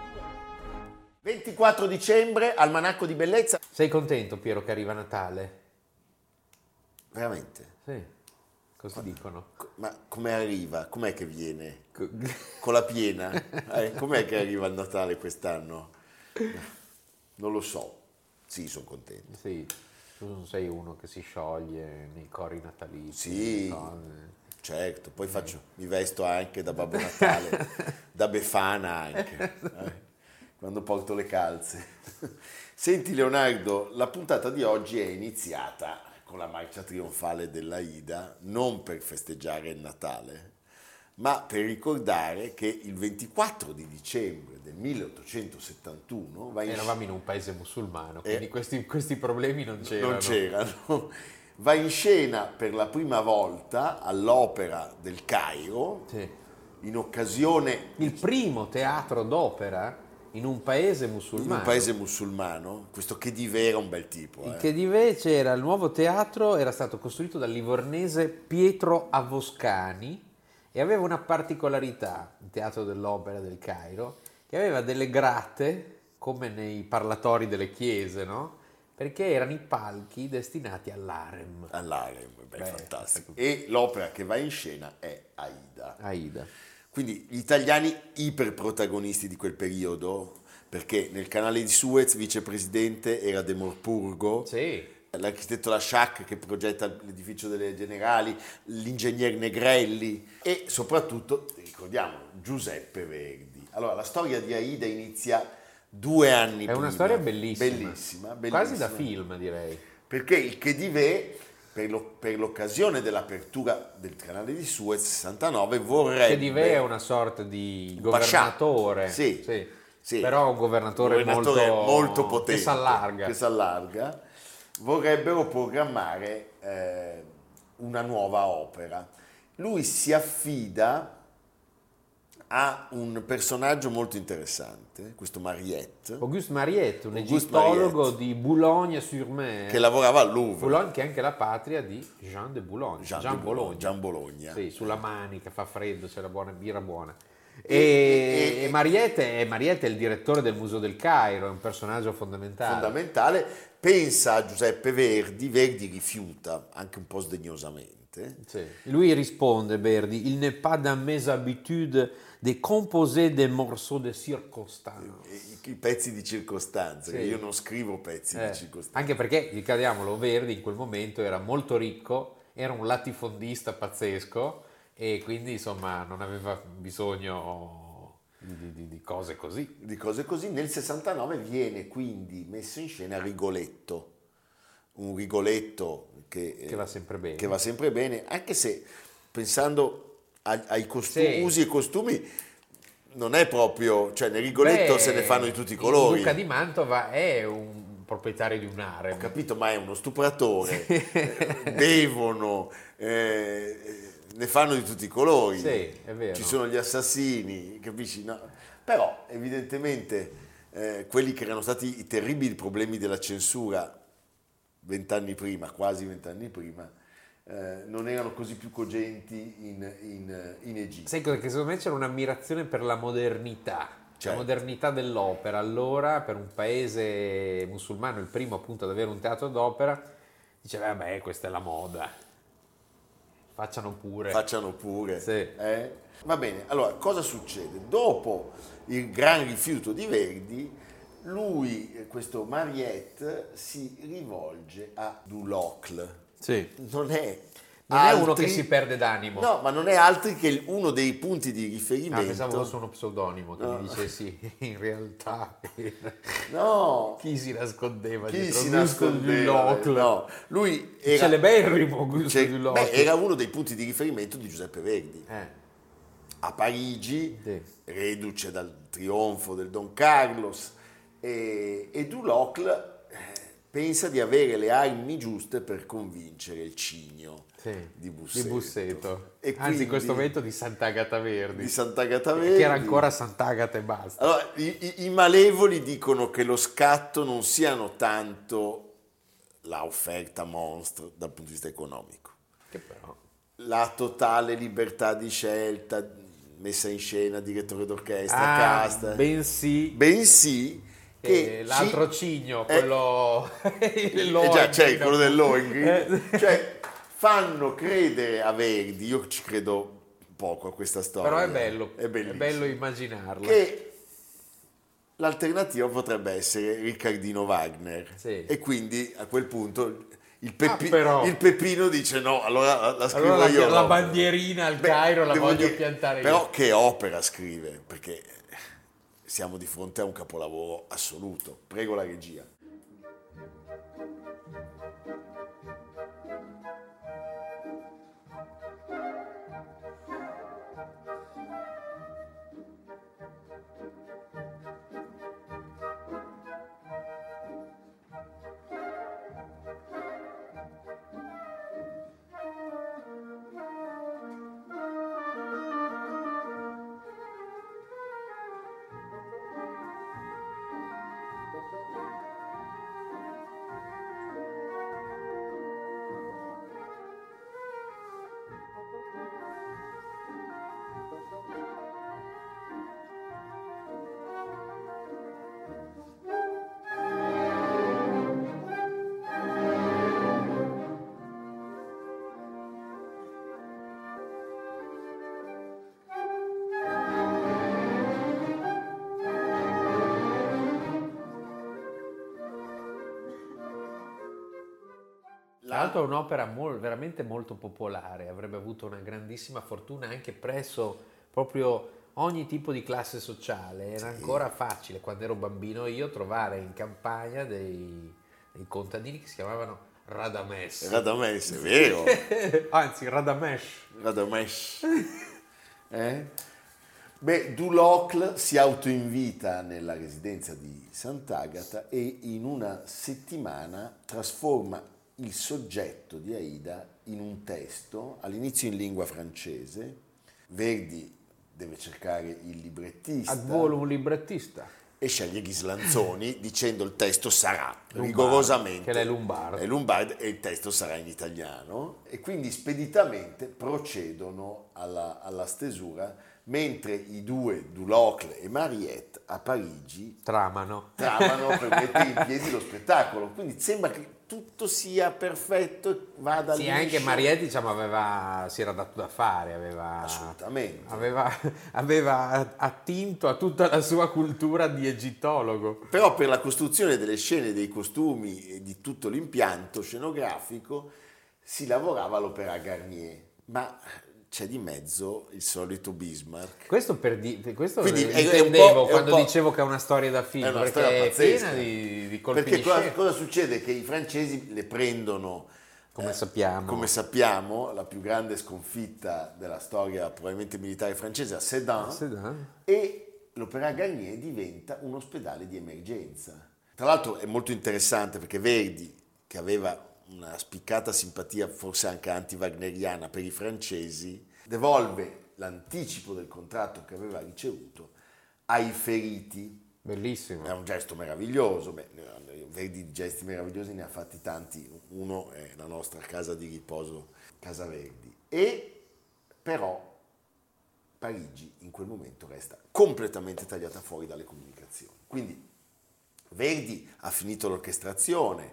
il 24 dicembre, Almanacco di Bellezza. Sei contento Piero che arriva Natale? Veramente? Sì, cosa dicono? Co- Ma come arriva? Com'è che viene? Co- Con la piena? Eh, com'è che arriva il Natale quest'anno? Non lo so. Sì, sono contento. Sì, tu non sei uno che si scioglie nei cori natalizi. Sì. cose. Certo, poi faccio, mi vesto anche da Babbo Natale, da Befana anche, eh, quando porto le calze. Senti Leonardo, la puntata di oggi è iniziata con la marcia trionfale della Ida, non per festeggiare il Natale, ma per ricordare che il 24 di dicembre del 1871 va in Eravamo in un paese musulmano, quindi Eh. questi, questi problemi non c'erano. non c'erano. Va in scena per la prima volta all'Opera del Cairo Sì. in occasione Il primo teatro d'opera in un paese di musulmano. un paese musulmano, questo che di vera è un bel tipo. Il eh. che di invece era il nuovo teatro, era stato costruito dal livornese Pietro Avoscani e aveva una particolarità, il teatro dell'opera del Cairo, che aveva delle grate come nei parlatori delle chiese, no? Perché erano i palchi destinati all'arem. All'Arem, beh, Beh, ecco. fantastico. E l'opera che va in scena è Aida. Aida. Quindi gli italiani iperprotagonisti di quel periodo, perché nel canale di Suez vicepresidente era De Morpurgo, Sì. l'architetto Lasciac che progetta l'edificio delle Generali, l'ingegner Negrelli e soprattutto, ricordiamo, Giuseppe Verdi. Allora, la storia di Aida inizia due anni È prima. una storia bellissima. Bellissima, Quasi bellissima. da Eh, film, direi. Perché il Chedivè, per, lo- per l'occasione dell'apertura del canale di Suez 69, vorrebbe... Che di Ve è una sorta di Pascià. governatore. Sì, sì. Però un governatore, Governatore molto, molto potente. Che si allarga. che s'allarga, vorrebbero programmare eh, una nuova opera. Lui si affida a un personaggio molto interessante, questo Mariette, Auguste Mariette, un Auguste egittologo Mariette. di Boulogne-sur-Mer, che lavorava al Louvre. Boulogne che è anche la patria di Jean de Boulogne, Jean, Gian- Bologna. Gian Bologna. Eh, Sì, sulla manica, fa freddo, c'è la buona birra buona. E- E, e- e Mariette, e Mariette è il direttore del Museo del Cairo, è un personaggio fondamentale. fondamentale, pensa a Giuseppe Verdi, Verdi rifiuta, anche un po' sdegnosamente. Sì. Lui risponde, Verdi, il n'est pas dans mes habitudes de composer des morceaux de circonstance. E i- I pezzi di circostanza, Sì. che io non scrivo pezzi Eh, di circostanza. anche perché, ricordiamolo, Verdi in quel momento era molto ricco, era un latifondista pazzesco e quindi insomma non aveva bisogno di, di- di cose così. Di cose così. Nel 69 viene quindi messo in scena Rigoletto, un Rigoletto che, eh, Che va sempre bene. che va sempre bene, anche se pensando a- ai costumi, Sì. usi e costumi, non è proprio, cioè nel Rigoletto Beh, se ne fanno di tutti i il colori. Eh, Duca di Mantova è un proprietario di un Ho harem. capito, ma è uno stupratore, eh, bevono, eh, ne fanno di tutti i colori, Sì, è vero. ci sono gli assassini, capisci? No. Però evidentemente eh, quelli che erano stati i terribili problemi della censura vent'anni prima, quasi vent'anni prima, eh, non erano così più cogenti in, in- in Egitto. Sai cosa? Che secondo me c'era un'ammirazione per la modernità, Certo. la modernità dell'opera. Allora, per un paese musulmano, il "Eh, primo appunto ad avere un teatro d'opera, diceva, vabbè, questa è la moda. Facciano pure. Facciano pure. Sì. eh? Va bene, allora cosa succede? Dopo il gran rifiuto di Verdi, lui, eh, questo Mariette, si rivolge a Dulocle. Sì. Non è, Non è uno altri- che si perde d'animo. No, ma non è altri che il- uno dei punti di Ah, riferimento. pensavo fosse uno pseudonimo che No. mi dicessi in realtà No, chi si nascondeva chi dietro si Gusto nascondeva? Dulocle? No, lui era, Celeberrimo Gusto cioè, Dulocle. beh, era uno dei punti di riferimento di Giuseppe Verdi. Eh, A Parigi, sì. reduce dal trionfo del Don Carlos, e, e Dulocle eh, pensa di avere le armi giuste per convincere il cigno Sì. di Busseto. Busseto. E Anzi, quindi- in questo momento di Sant'Agata Verdi, di Sant'Agata Verdi. che era ancora Sant'Agata e basta. Allora, i, i- i malevoli dicono che lo scatto non siano tanto la offerta monstro dal punto di vista economico, Che però, la totale libertà di scelta, messa in scena, direttore d'orchestra, Ah, casta, bensì bensì che eh, l'altro ci- cigno, eh, quello il eh già, Lohengrin. c'è quello dell'Oing, Eh, cioè fanno credere a Verdi, io ci credo poco a questa storia. Però è bello, è, eh. bellissimo. bello immaginarlo. che l'alternativa potrebbe essere Riccardino Wagner Sì. e quindi a quel punto il, Pepi- Ah, però. il Pepino dice no allora la, la scrivo Allora la, io la l'opera." bandierina al Beh, Cairo la devo voglio dire- piantare però io. che opera scrive perché siamo di fronte a un capolavoro assoluto prego la regia Tra l'altro è un'opera mol- veramente molto popolare, avrebbe avuto una grandissima fortuna anche presso proprio ogni tipo di classe sociale. Era ancora facile, quando ero bambino io, trovare in campagna dei, dei contadini che si chiamavano Radames. Radames è vero Anzi, Radamesh. Radames eh? beh Dulocle si autoinvita nella residenza di Sant'Agata e in una settimana trasforma il soggetto di Aida in un testo all'inizio in lingua francese Verdi deve cercare il librettista Al volo un librettista. e sceglie Ghislanzoni dicendo il testo sarà Lombardo, rigorosamente Eh, che lei è lombardo. è lombardo e il testo sarà in italiano e quindi speditamente procedono alla, alla stesura mentre i due Dulocle e Mariette a Parigi Tramano. tramano per mettere in piedi lo spettacolo quindi sembra che tutto sia perfetto vada Sì, liscio. anche Marietti diciamo, aveva, si era dato da fare, aveva, assolutamente aveva, aveva attinto a tutta la sua cultura di egittologo. Però per la costruzione delle scene, dei costumi e di tutto l'impianto scenografico si lavorava all'opera Garnier, ma c'è di mezzo il solito Bismarck. Questo per di- questo Quindi è- è un intendevo po'- è un quando po'- dicevo che è una storia da film, È una storia perché è pazzesca. piena di, di colpi Perché di cosa, scena. cosa succede? Che i francesi le prendono, come sappiamo. come sappiamo, la più grande sconfitta della storia probabilmente militare francese a Sedan, Sì, eh? dai. e l'Opera Garnier diventa un ospedale di emergenza. Tra l'altro è molto interessante perché Verdi, che aveva una spiccata simpatia forse anche anti-wagneriana per i francesi, devolve l'anticipo del contratto che aveva ricevuto ai feriti. Bellissimo. È un gesto meraviglioso, beh, Verdi di gesti meravigliosi ne ha fatti tanti, uno è la nostra casa di riposo, Casa Verdi, e però Parigi in quel momento resta completamente tagliata fuori dalle comunicazioni. Quindi Verdi ha finito l'orchestrazione,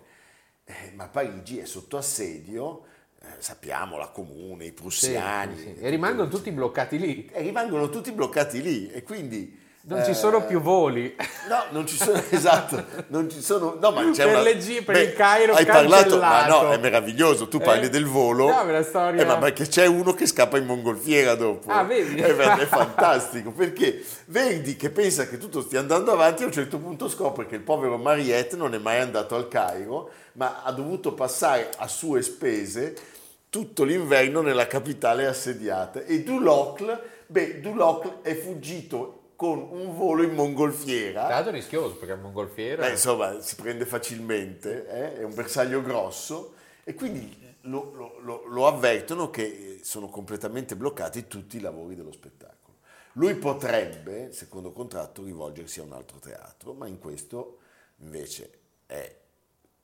eh, ma Parigi è sotto assedio, eh, sappiamo, la comune, i prussiani. Sì, sì, sì. E rimangono tutti bloccati lì. E rimangono tutti bloccati lì e quindi... eh, Non ci sono più voli. No, non ci sono, esatto, non ci sono, no ma c'è Per una- le G- per beh, il Cairo Hai parlato, ma cancellato. no, è meraviglioso, tu parli Eh? del volo, No, me la stavo eh, ma arrivando. perché c'è uno che scappa in mongolfiera dopo. Ah, vedi? Eh, beh, è fantastico, perché Verdi che pensa che tutto stia andando avanti, a un certo punto scopre che il povero Mariette non è mai andato al Cairo, ma ha dovuto passare a sue spese tutto l'inverno nella capitale assediata. E Dulocle, beh, Dulocle è fuggito con un volo in mongolfiera. Tra l'altro è rischioso perché è un mongolfiera. Beh, insomma, si prende facilmente, eh, è un bersaglio grosso e quindi lo, lo- lo- lo avvertono che eh, sono completamente bloccati tutti i lavori dello spettacolo. Lui potrebbe, secondo contratto, rivolgersi a un altro teatro, ma in questo invece è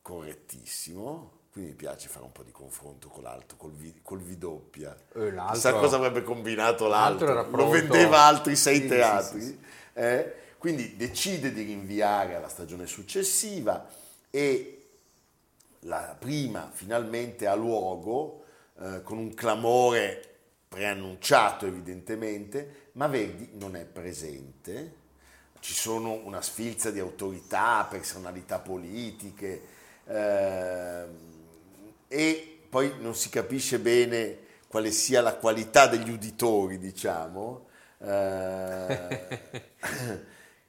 correttissimo, quindi mi piace fare un po' di confronto con l'altro, col, vi, col Vidoppia. Eh, l'altro- Chissà cosa avrebbe combinato l'altro l'altro, era lo pronto. vendeva a altri sei Sì, sì, teatri. sì, sì. Eh, quindi decide di rinviare alla stagione successiva e la prima finalmente ha luogo eh, con un clamore preannunciato evidentemente, ma Verdi non è presente. Ci sono una sfilza di autorità, personalità politiche ehm, e poi non si capisce bene quale sia la qualità degli uditori, diciamo. eh,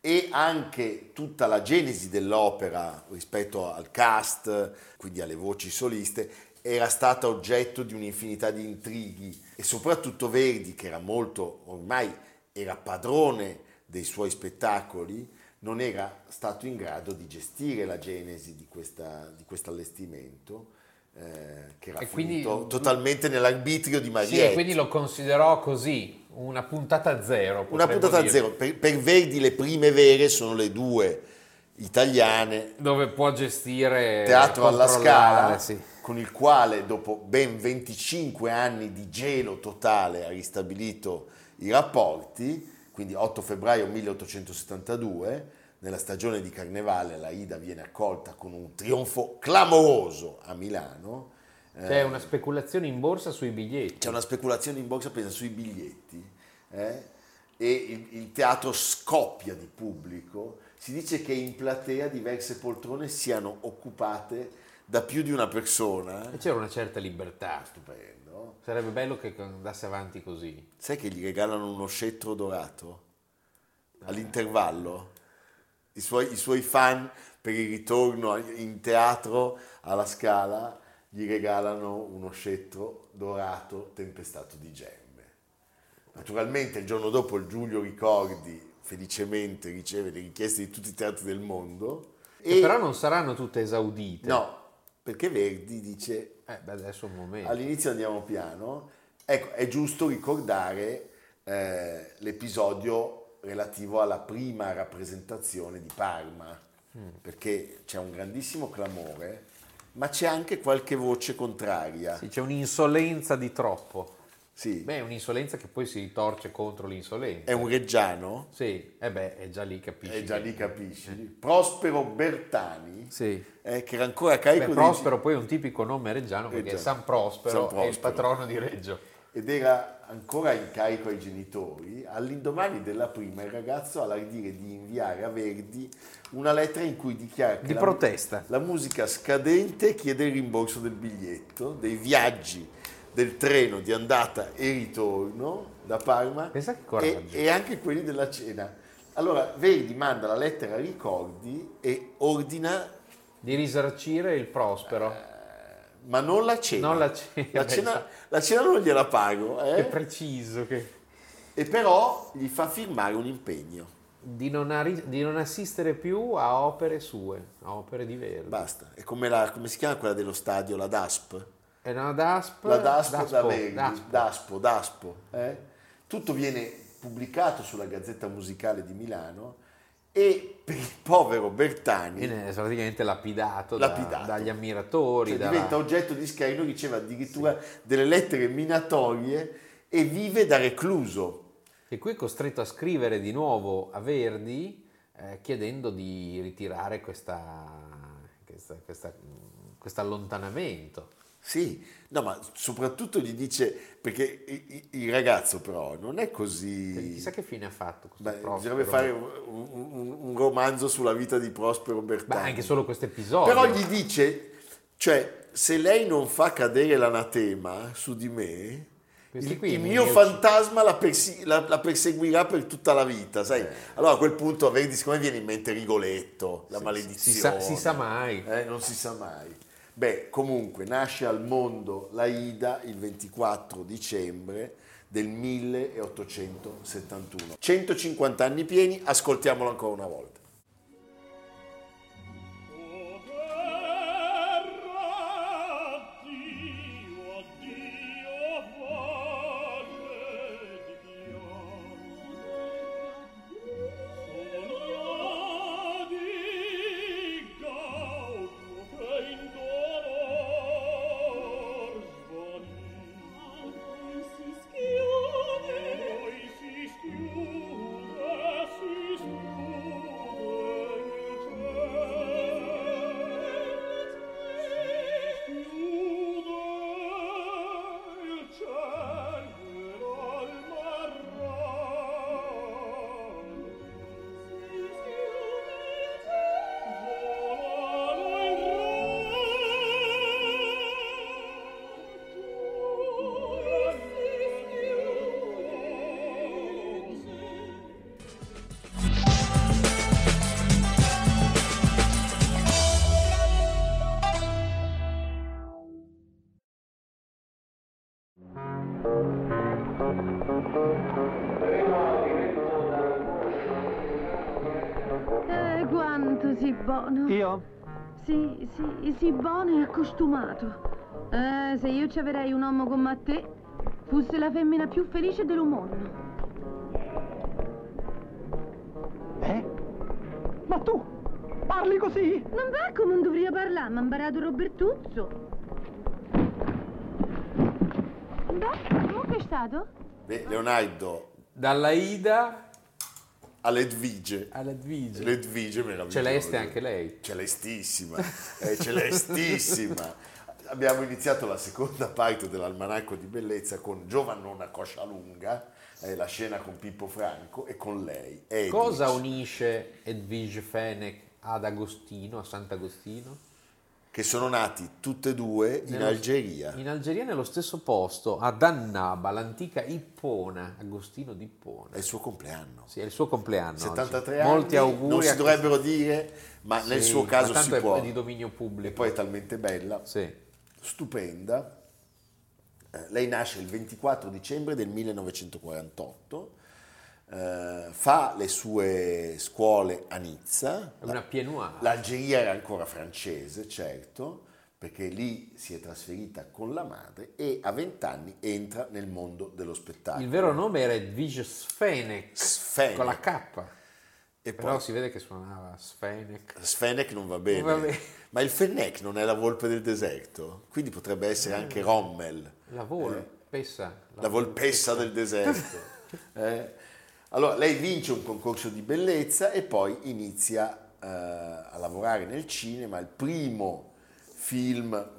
e anche tutta la genesi dell'opera rispetto al cast, quindi alle voci soliste, era stata oggetto di un'infinità di intrighi e soprattutto Verdi, che era molto ormai era padrone dei suoi spettacoli, non era stato in grado di gestire la genesi di, questa- di questo allestimento. eh, che era E quindi- finito totalmente nell'arbitrio di Sì, Marietti. quindi lo considerò così, una puntata zero. Una potremmo puntata dire, zero. Per, per Verdi le prime vere sono le due italiane, Dove può gestire... Teatro alla Eh, controllare, Scala, eh, sì. con il quale dopo ben 25 anni di gelo totale ha ristabilito i rapporti, quindi 8 febbraio 1872, nella stagione di Carnevale la Ida viene accolta con un trionfo clamoroso a Milano. C'è una speculazione in borsa sui biglietti. Eh. c'è una speculazione in borsa pensa sui biglietti eh? e il, il teatro scoppia di pubblico. Si dice che in platea diverse poltrone siano occupate da più di una persona. E c'era una certa libertà. Stupendo. Sarebbe bello che andasse avanti così. Sai che gli regalano uno scettro dorato Eh. all'intervallo? I suoi, i suoi fan per il ritorno in teatro alla Scala gli regalano uno scettro dorato tempestato di gemme. Naturalmente il giorno dopo il Giulio Ricordi felicemente riceve le richieste di tutti i teatri del mondo. Che però non saranno tutte esaudite. No, perché Verdi dice Eh, beh, adesso è un momento. All'inizio andiamo piano. Ecco, è giusto ricordare eh, l'episodio relativo alla prima rappresentazione di Parma, Mm. perché c'è un grandissimo clamore, ma c'è anche qualche voce contraria. Sì, c'è un'insolenza di troppo. Sì. Beh, è un'insolenza che poi si ritorce contro l'insolenza. È un reggiano, Sì, e beh, è già lì capisci. e Eh. già che- lì capisci. Prospero Bertani, Sì. eh, che era ancora Beh, carico di... Prospero poi è un tipico nome reggiano perché Reggiano. è San Prospero, Eh, San è il Prospero. patrono di Reggio. ed era ancora in carico ai genitori, all'indomani della prima il ragazzo ha l'ardire di inviare a Verdi una lettera in cui dichiara che Di la, protesta. la musica scadente chiede il rimborso del biglietto, dei viaggi, del treno di andata e ritorno da Parma Pensa che e, coraggio. e anche quelli della cena. Allora Verdi manda la lettera a Ricordi e ordina, Di risarcire il Prospero. Eh. ma non la cena. Non la cena, La cena, la cena non gliela pago. eh? Che preciso che... e però gli fa firmare un impegno. Di non, arri- di non assistere più a opere sue, a opere di Verdi. Basta. È come, la, come si chiama quella dello stadio, la DASP? E no, DASP, La DASP da DASPO, Verdi, DASPO. DASPO, DASPO. eh? Tutto viene pubblicato sulla Gazzetta Musicale di Milano e per il povero Bertani cioè Viene praticamente lapidato, da- Lapidato. dagli ammiratori. cioè, dalla- diventa oggetto di scherno, riceve addirittura delle lettere minatorie e vive da recluso. E qui è costretto a scrivere di nuovo a Verdi eh, chiedendo di ritirare questa, che- questa- questa- questo allontanamento. Sì, no, ma soprattutto gli dice, perché i- i- il ragazzo però non è Perché Chissà così... che fine ha fatto questo Beh, Prospero. bisognerebbe fare un, un- un romanzo sulla vita di Prospero Ma Bertani. anche solo questo episodio. Però gli dice, cioè, se lei non fa cadere l'anatema su di me, Questi il, qui il mi- mio mi- fantasma la, persi- la- la perseguirà per tutta la vita, sai? Eh. Allora a quel punto, vedi, siccome viene in mente Rigoletto, la maledizione. Si sa, si sa mai. Eh, non si sa mai. Beh, comunque nasce al mondo la Ida il 24 dicembre del 1871. 150 anni pieni, ascoltiamolo ancora una volta. O Herra, Dio, Dio valedigion. Sonia di gaudio che in dolor svanì. Si schiude, poi si schiude, si Thank you. Eh, quanto sei buono. Io? Sì, sì, sei buono e accostumato. Eh, se io ci avrei un uomo come te, fosse la femmina più felice dell'umondo. Eh? Ma tu parli così? Non va come non dovrei parlare, mi ha imparato Robertuzzo. Beh, comunque è stato? Beh, Leonardo Dalla Ida a Ledvige. alla Edvige. Ledvige meravigliosa. Celeste anche lei. Celestissima, eh, celestissima. Abbiamo iniziato la seconda parte dell'almanacco di bellezza con Giovannona Coscialunga, eh, la scena con Pippo Franco e con lei. Edwige. Cosa unisce Edvige Fenech ad Agostino, a Sant'Agostino? che sono nati tutte e due in Nello- Algeria. Eh, In Algeria, nello stesso posto, ad Annaba, l'antica Ippona, Agostino di Ippona. È il suo compleanno. Sì, è il suo compleanno. 73 oggi. anni. Molti auguri. Non a si chi- dovrebbero dire, ma nel Sì, suo ma caso tanto si è può. di dominio E pubblico. poi è talmente bella, Sì. stupenda. Eh, lei nasce il 24 dicembre del 1948. eh, fa le sue scuole a Nizza. È una pienoir. L'Algeria era ancora francese, certo, perché lì si è trasferita con la madre e a 20 anni entra nel mondo dello spettacolo. Il vero nome era Edvige Sfenec, Sfenec. con la K. E poi- Però si vede che suonava Sfenec. Sfenec non va bene, Non va bene. ma il Fennec non è la volpe del deserto, quindi potrebbe essere anche Rommel, Eh. La Eh. volpessa. la volpessa del deserto. Eh? Allora, lei vince un concorso di bellezza e poi inizia eh, a lavorare nel cinema, il primo film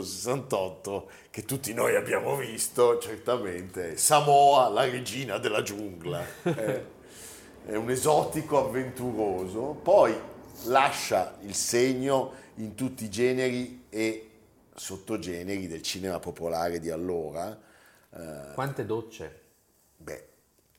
1968 che tutti noi abbiamo visto, certamente, è Samoa, la regina della giungla. Eh? è un esotico avventuroso, poi lascia il segno in tutti i generi e sottogeneri del cinema popolare di allora. Quante docce. Beh,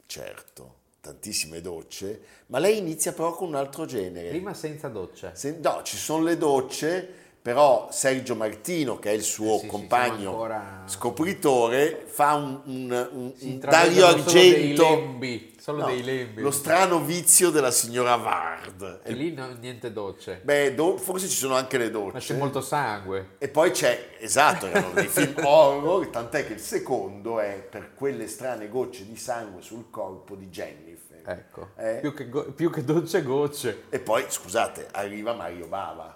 certo, tantissime docce, ma lei inizia però con un altro genere. Prima senza doccia. Se- no, ci sono le docce, però Sergio Martino, che è il suo Eh sì, sì, compagno siamo ancora- scopritore, fa un, un- un- Si un Dario intravedono solo dei Argento. lembi, solo No, dei lembi. Lo strano vizio della signora Vard. E lì no- niente docce. Beh, do- forse ci sono anche le Ma docce. c'è molto sangue. E poi c'è, esatto, erano dei film horror, tant'è che il secondo è per quelle strane gocce di sangue sul corpo di Jennifer. Ecco. Eh. Più, che go- più che docce, gocce. E poi, scusate, arriva Mario Bava,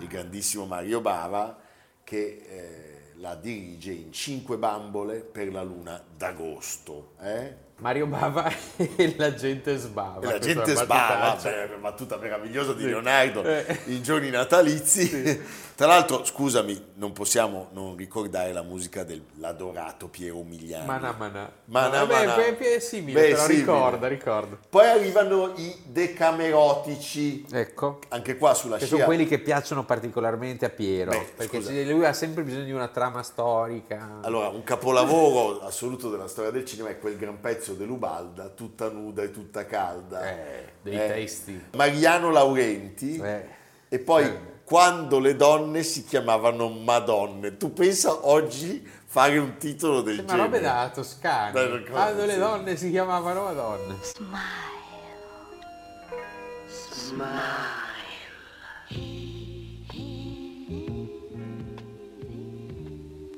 il grandissimo Mario Bava, che eh, la dirige in Cinque bambole per la luna d'agosto. eh? Mario Bava e la gente sbava. E la Questa è gente una sbava, battutaccia. beh, battuta meravigliosa di Sì. Leonardo Eh. in giorni natalizi. Tra l'altro, scusami, non possiamo non ricordare la musica dell'adorato Piero Migliani. Manà, manà. Manà, Vabbè, manà. beh, È simile, Beh, però simile. ricorda, ricorda. Poi arrivano i decamerotici, Ecco, anche qua sulla che scia. sono quelli che piacciono particolarmente a Piero, Beh, perché scusa. se- lui ha sempre bisogno di una trama storica. Allora, un capolavoro assoluto della storia del cinema è quel gran pezzo dell'Ubalda, tutta nuda e tutta calda. Eh, dei Eh. testi. Mariano Laurenti. Eh. E poi Eh. quando le donne si chiamavano Madonne. Tu pensa oggi fare un titolo del Ma robe genere? da Toscana. Dai, per Quando le cosa? donne si chiamavano Madonna.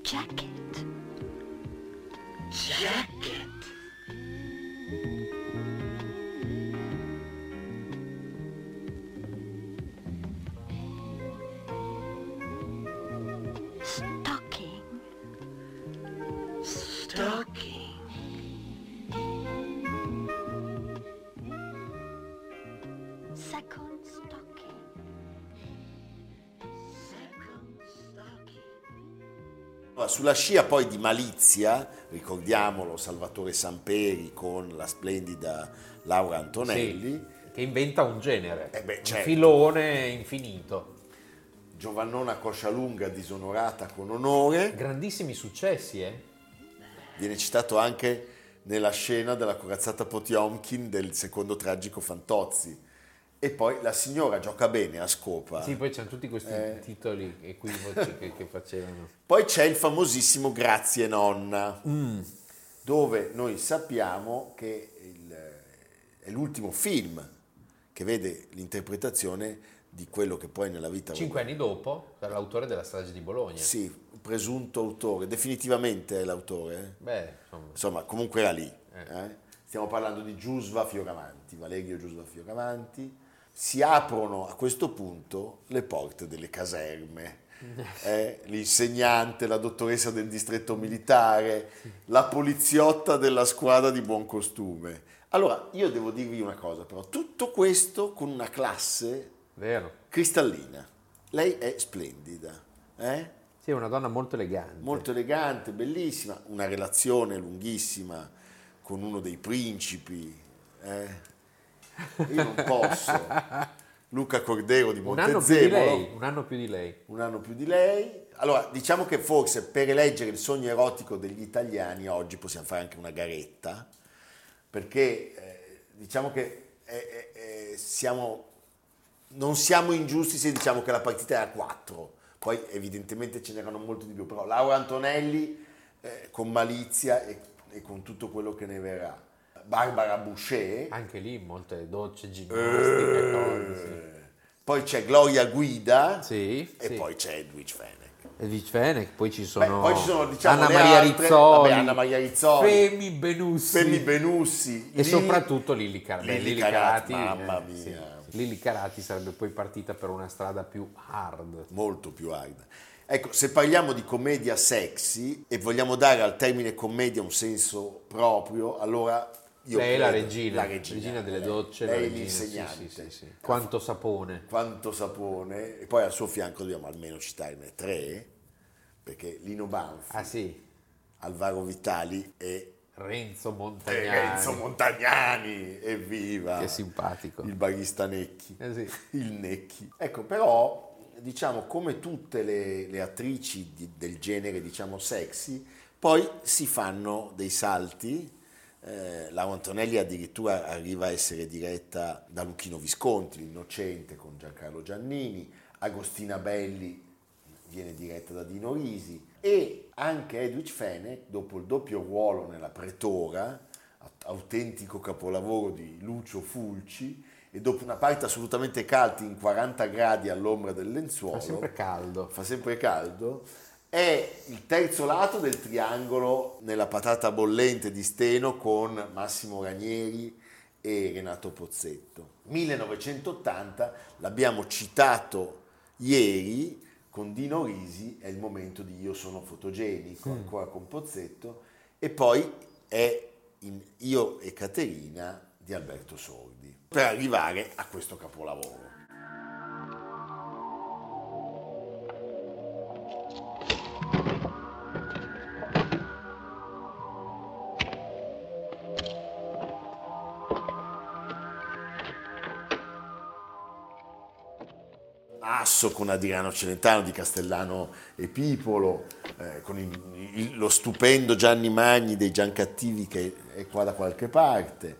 jacket. Jacket. Stocking. Stocking. Second stocking. Second stocking. Allora, Sulla scia poi di Malizia, ricordiamolo, Salvatore Samperi con la splendida Laura Antonelli, Sì, che inventa un genere, Eh beh, un certo. filone infinito. Giovannona Coscialunga disonorata con onore, Grandissimi successi, eh? viene citato anche nella scena della corazzata Potiomkin del secondo tragico Fantozzi. E poi la signora gioca bene a scopa. Sì, poi c'erano tutti questi Ah. Eh. titoli equivoci che, che facevano. Poi c'è il famosissimo Grazie nonna, dove noi sappiamo che il- è l'ultimo film che vede l'interpretazione di quello che poi nella vita... Cinque anni dopo, era l'autore della strage di Bologna. Sì, presunto autore, definitivamente è l'autore. eh. Beh, insomma, Insomma, comunque era lì. eh. Stiamo parlando di Giusva Fioravanti, Valerio Giusva Fioravanti. Si aprono a questo punto le porte delle caserme. Eh, l'insegnante, la dottoressa del distretto militare, la poliziotta della squadra di buon costume. Allora, io devo dirvi una cosa però, tutto questo con una classe vero. cristallina. Lei è splendida, eh? Sì, è una donna molto elegante. molto elegante, bellissima, una relazione lunghissima con uno dei principi. eh. Io non posso. Luca Cordero di un anno più di Montezemolo, lei, un anno più di lei. un anno più di lei. Allora, diciamo che forse per eleggere il sogno erotico degli italiani oggi possiamo fare anche una garetta, perché eh, diciamo che eh, eh, eh, siamo, non siamo ingiusti se diciamo che la partita era a 4, poi evidentemente ce n'erano molti di più, però Laura Antonelli eh, con malizia e, e con tutto quello che ne verrà. Barbara Boucher, Anche lì molte docce, eh, ginnastiche, cose. poi c'è Gloria Guida Sì, e sì. poi c'è Edwidge Fenech. E Vicfene, poi ci Beh, sono, poi ci sono diciamo, Anna, le Maria altre, Rizzoli, vabbè, Anna Maria Rizzoli, Femi Benussi Femi Benussi e Lilli- soprattutto Lilli, Car- Lilli Lilli Carati, Carati. mamma eh, sì, mia. sì. Lilli Carati sarebbe poi partita per una strada più hard. molto più hard. Ecco, se parliamo di commedia sexy e vogliamo dare al termine commedia un senso proprio, allora io Lei è la credo- regina, la regina, delle lei- docce, lei la è regina, sì, l'insegnante. sì, sì, sì. Quanto sapone. Quanto sapone, e poi al suo fianco dobbiamo almeno citarne tre, perché Lino Banfi, Ah sì, Alvaro Vitali e Renzo Montagnani. Renzo Montagnani, evviva! Che simpatico. Il barista Necchi. Eh sì. Il Necchi. Ecco, però, diciamo, come tutte le, le attrici di- del genere, diciamo, sexy, poi si fanno dei salti. Eh, Laura Antonelli addirittura arriva a essere diretta da Luchino Visconti, l'innocente, con Giancarlo Giannini. Agostina Belli viene diretta da Dino Risi. E anche Edwidge Fenech, dopo il doppio ruolo nella Pretora, aut- autentico capolavoro di Lucio Fulci, e dopo una parte assolutamente calda in 40 gradi all'ombra del lenzuolo, Fa sempre caldo. fa sempre caldo, è il terzo lato del triangolo nella patata bollente di Steno con Massimo Ranieri e Renato Pozzetto. 1980 l'abbiamo citato ieri con Dino Risi, è il momento di Io sono fotogenico, ancora con Pozzetto, e poi è in Io e Caterina di Alberto Sordi, per arrivare a questo capolavoro. Asso con Adriano Celentano di Castellano e Pipolo, eh, con il- il- lo stupendo Gianni Magni dei Giancattivi che è qua da qualche parte,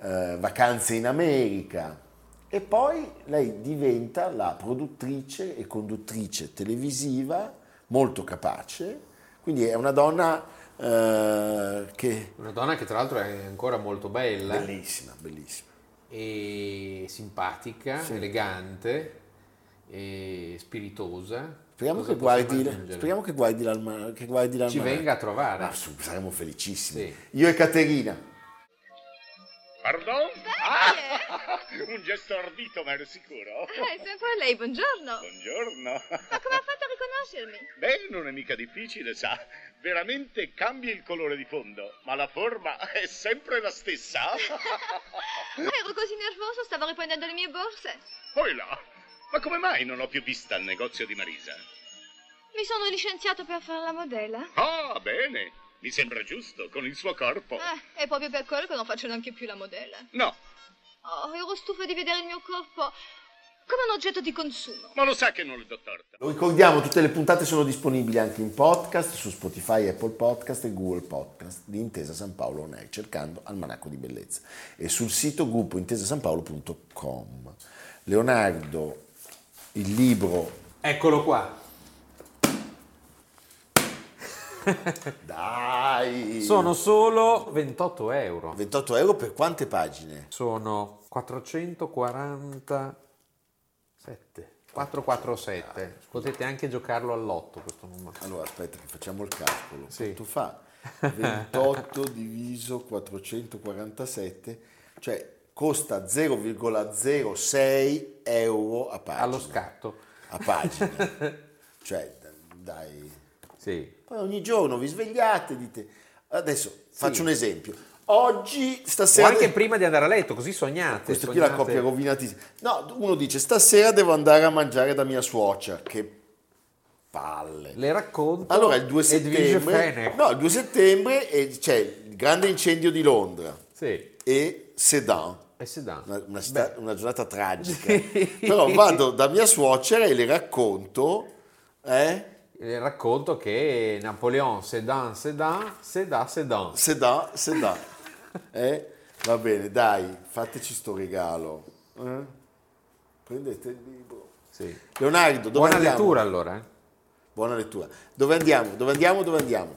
eh, Vacanze in America. E poi lei diventa la produttrice e conduttrice televisiva molto capace, quindi è una donna eh, che... Una donna che tra l'altro è ancora molto bella Bellissima, bellissima. e simpatica, Sì. elegante e spiritosa. Speriamo Cosa che, posso guardi, aggiungere? speriamo che guardi l'alma- che guardi ci l'almanacco. venga a trovare. Ma su, saremo felicissimi. Sì. Io e Caterina. Pardon? Ah, un gesto ordito, ma ero sicuro. Eh, sempre lei, buongiorno. Buongiorno. Ma come ha fatto a riconoscermi? Beh, non è mica difficile, sa. Veramente cambia il colore di fondo, ma la forma è sempre la stessa. Ero così nervoso, stavo riprendendo le mie borse. Poi là. Ma come mai non ho più vista al negozio di Marisa? Mi sono licenziato per fare la modella. Ah, bene. Mi sembra giusto, con il suo corpo. Eh, è proprio per quello che non faccio neanche più la modella. No, Oh, ero stufa di vedere il mio corpo come un oggetto di consumo. ma lo sa che non le do torto. Lo ricordiamo, tutte le puntate sono disponibili anche in podcast su Spotify, Apple Podcast e Google Podcast di Intesa San Paolo On Air, cercando Almanacco di Bellezza e sul sito gruppointesasanpaolo.com. Leonardo, il libro Eccolo qua. Dai! Sono solo 28 euro. 28 euro per quante pagine? Sono 447. 447. Potete anche giocarlo all'otto questo numero. Allora aspetta che facciamo il calcolo. Sì. Quanto fa? 28 diviso 447, cioè costa 0,06 euro a pagina. Allo scatto. A pagina. cioè, d- dai. Sì. Poi ogni giorno vi svegliate, dite... Adesso faccio un esempio. Oggi, O stasera... anche prima di andare a letto, così sognate. Questo qui è la sognate. coppia rovinatissima. No, uno dice stasera devo andare a mangiare da mia suocera. Che palle. Le racconto. Allora il 2 Edwige settembre, Ecco. Fenech. no, il 2 settembre eh, c'è il grande incendio di Londra Sì. e Sedan, E si dà. una, una città- una giornata tragica. Però vado da mia suocera e le racconto, eh, Le racconto che Napoleon Sedan Sedan Sedan Sedan. Sedan, Sedan. Eh, va bene, dai, fateci sto regalo. eh. Prendete il libro. Sì. Leonardo, dove Buona andiamo? lettura allora. eh. Buona lettura. Dove andiamo? Dove andiamo? Dove andiamo?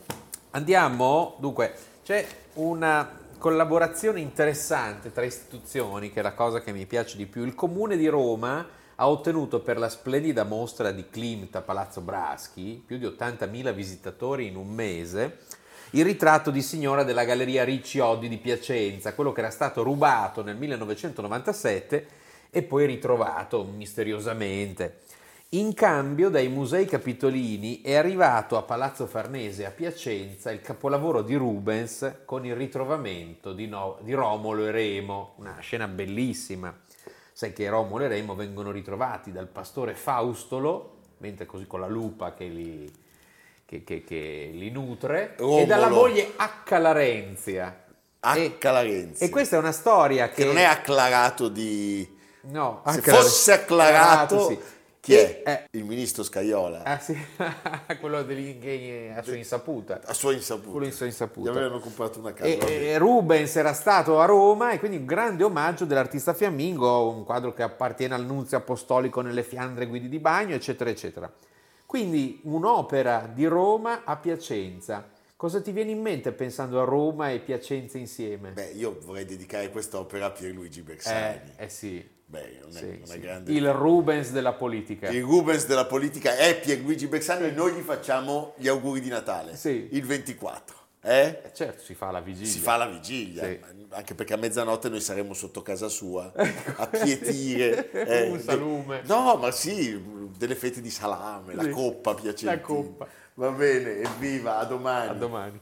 Andiamo, dunque, c'è una collaborazione interessante tra istituzioni, che è la cosa che mi piace di più. Il comune di Roma ha ottenuto per la splendida mostra di Klimt a Palazzo Braschi, più di 80.000 visitatori in un mese, il ritratto di signora della galleria Ricciodi di Piacenza, quello che era stato rubato nel 1997 e poi ritrovato misteriosamente. In cambio dai musei capitolini è arrivato a Palazzo Farnese a Piacenza il capolavoro di Rubens con il ritrovamento di, No- di Romolo e Remo, una scena bellissima. Sai che Romolo e Remo vengono ritrovati dal pastore Faustolo, mentre così con la lupa che li, che- che- che li nutre, e Romolo. dalla moglie H. Larenzia. H. Larenzia. E questa è una storia che, Che non è acclarato di... No, Se H. fosse acclarato... sì. Chi E- è? eh, Il ministro Scaiola. Ah sì, quello degli che a sua insaputa. A sua insaputa. Quello in sua insaputa. Gli avevano comprato una casa. E, va bene. e Rubens era stato a Roma e quindi un grande omaggio dell'artista fiammingo, un quadro che appartiene al nunzio apostolico nelle Fiandre Guidi di Bagno, eccetera, eccetera. Quindi un'opera di Roma a Piacenza. Cosa ti viene in mente pensando a Roma e Piacenza insieme? Beh, io vorrei dedicare quest'opera a Pierluigi Bersani. eh, eh sì, Beh, è una, sì, una sì. grande... Il... il Rubens della politica. Rubens della politica è Pierluigi Bersani e noi gli facciamo gli auguri di Natale. Sì. Il 24. Eh? Eh, Certo, si fa la vigilia. Si fa la vigilia, Sì. anche perché a mezzanotte noi saremo sotto casa sua a pietire. eh, Un de- salume. no, ma sì, delle fette di salame, la Sì. coppa piacentina. La coppa. Va bene, evviva, a domani. A domani.